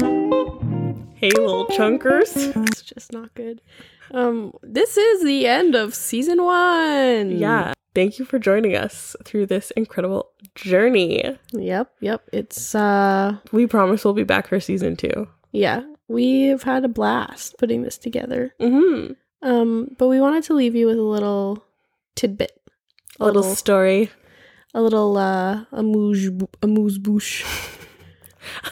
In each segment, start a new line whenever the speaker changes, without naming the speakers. Hey, little chunkers. it's just not good.
Um, this is the end of season one.
Yeah. Thank you for joining us through this incredible journey.
Yep. Yep. It's uh,
We promise we'll be back for season 2
yeah. We've had a blast putting this together.
Mm-hmm.
Um, but we wanted to leave you with a little tidbit,
A little story,
a little uh, amuse amuse bouche.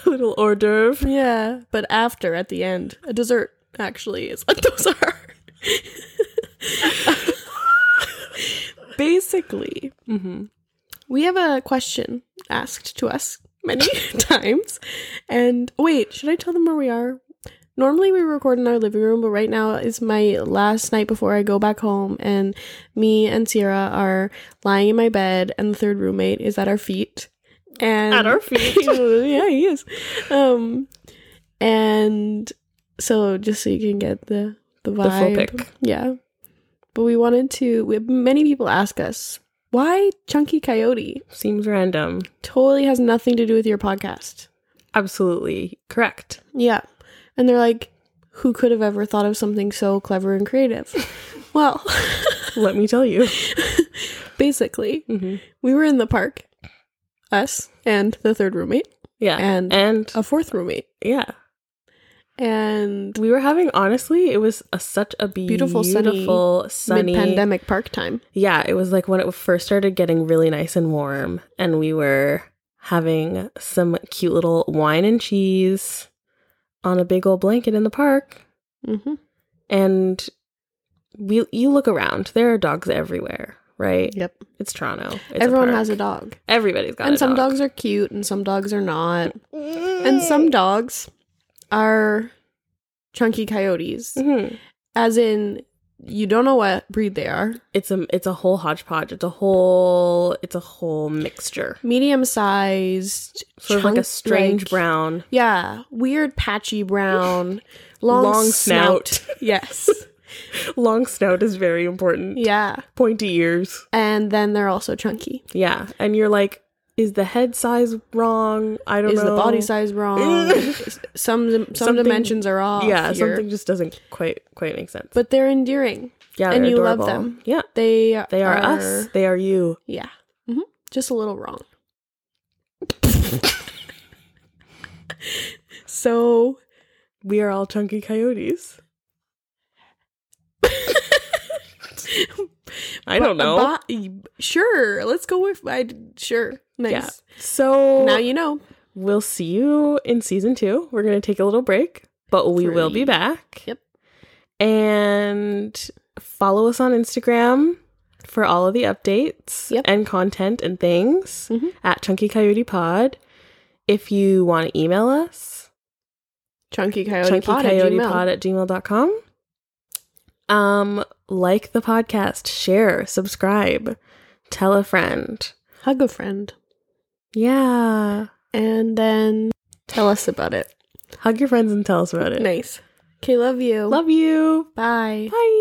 a little hors d'oeuvre.
yeah. But after at the end, a dessert actually is what those are.
Basically, mm-hmm.
We have a question asked to us many times. And wait, should I tell them where we are? Normally we record in our living room, but right now is my last night before I go back home and me and Sierra are lying in my bed and the third roommate is at our feet. And
At our feet.
yeah, he is. Um and so just so you can get the the
the full
vibe.
pick.
Yeah. But we wanted to we many people ask us, why Chunky Coyote?
Seems random.
totally has nothing to do with your podcast.
Absolutely correct.
Yeah. And they're like, who could have ever thought of something so clever and creative? well,
Let me tell you.
basically,
Mm-hmm.
we were in the park, us and the third roommate
Yeah.
and
and
a fourth roommate.
yeah,
And
we were having honestly, it was a, such a beautiful,
Beautiful sunny-
beautiful sunny.
mid-pandemic park time.
Yeah, it was like when it first started getting really nice and warm, and we were having some cute little wine and cheese on a big old blanket in the park,
Mm-hmm.
and we you look around, there are dogs everywhere, right?
Yep.
It's Toronto. It's
Everyone
park.
has a dog.
Everybody's got
and
a
some
dog. Mm-hmm.
dogs are cute and some dogs are not. And some dogs are chunky coyotes.
Mhm.
As in you don't know what breed they are.
It's a it's a whole hodgepodge. It's a whole it's a whole mixture.
medium sized,
Sort of like a strange brown,
Yeah, weird patchy brown, long,
Long
snout.
snout.
Yes.
long snout is very important.
yeah.
Pointy ears.
And then they're also chunky.
Yeah, and you're like, is the head size wrong? I don't
Is
know.
the body size wrong? Is- some some
Something-
dimensitions are off.
Yeah,
here.
something just doesn't quite quite make sense.
But they're endearing.
yeah,
and
they're
you love
adorable.
them.
Yeah,
They
they are, us. They are you.
Yeah. hmm Just a little wrong. so
We are all chunky coyotes. I don't know.
Bo- sure, let's go with I sure. Nice.
Yeah. So
Now you know.
we'll see you in season two. We're gonna take a little break, but we will be
Free.
back.
Yep.
And follow us on Instagram for all of the updates
Yep.
and content and things
Mhm.
at Chunky Coyote Pod. If you want to email us,
Chunky Coyote
chunky
Pod.
coyote pod at gmail.com. Um, like the podcast, share, subscribe, tell a friend.
Hug a friend.
Yeah.
And then tell us about it.
Hug your friends and tell us about it.
Nice. Okay, love you.
Love you.
Bye.
Bye.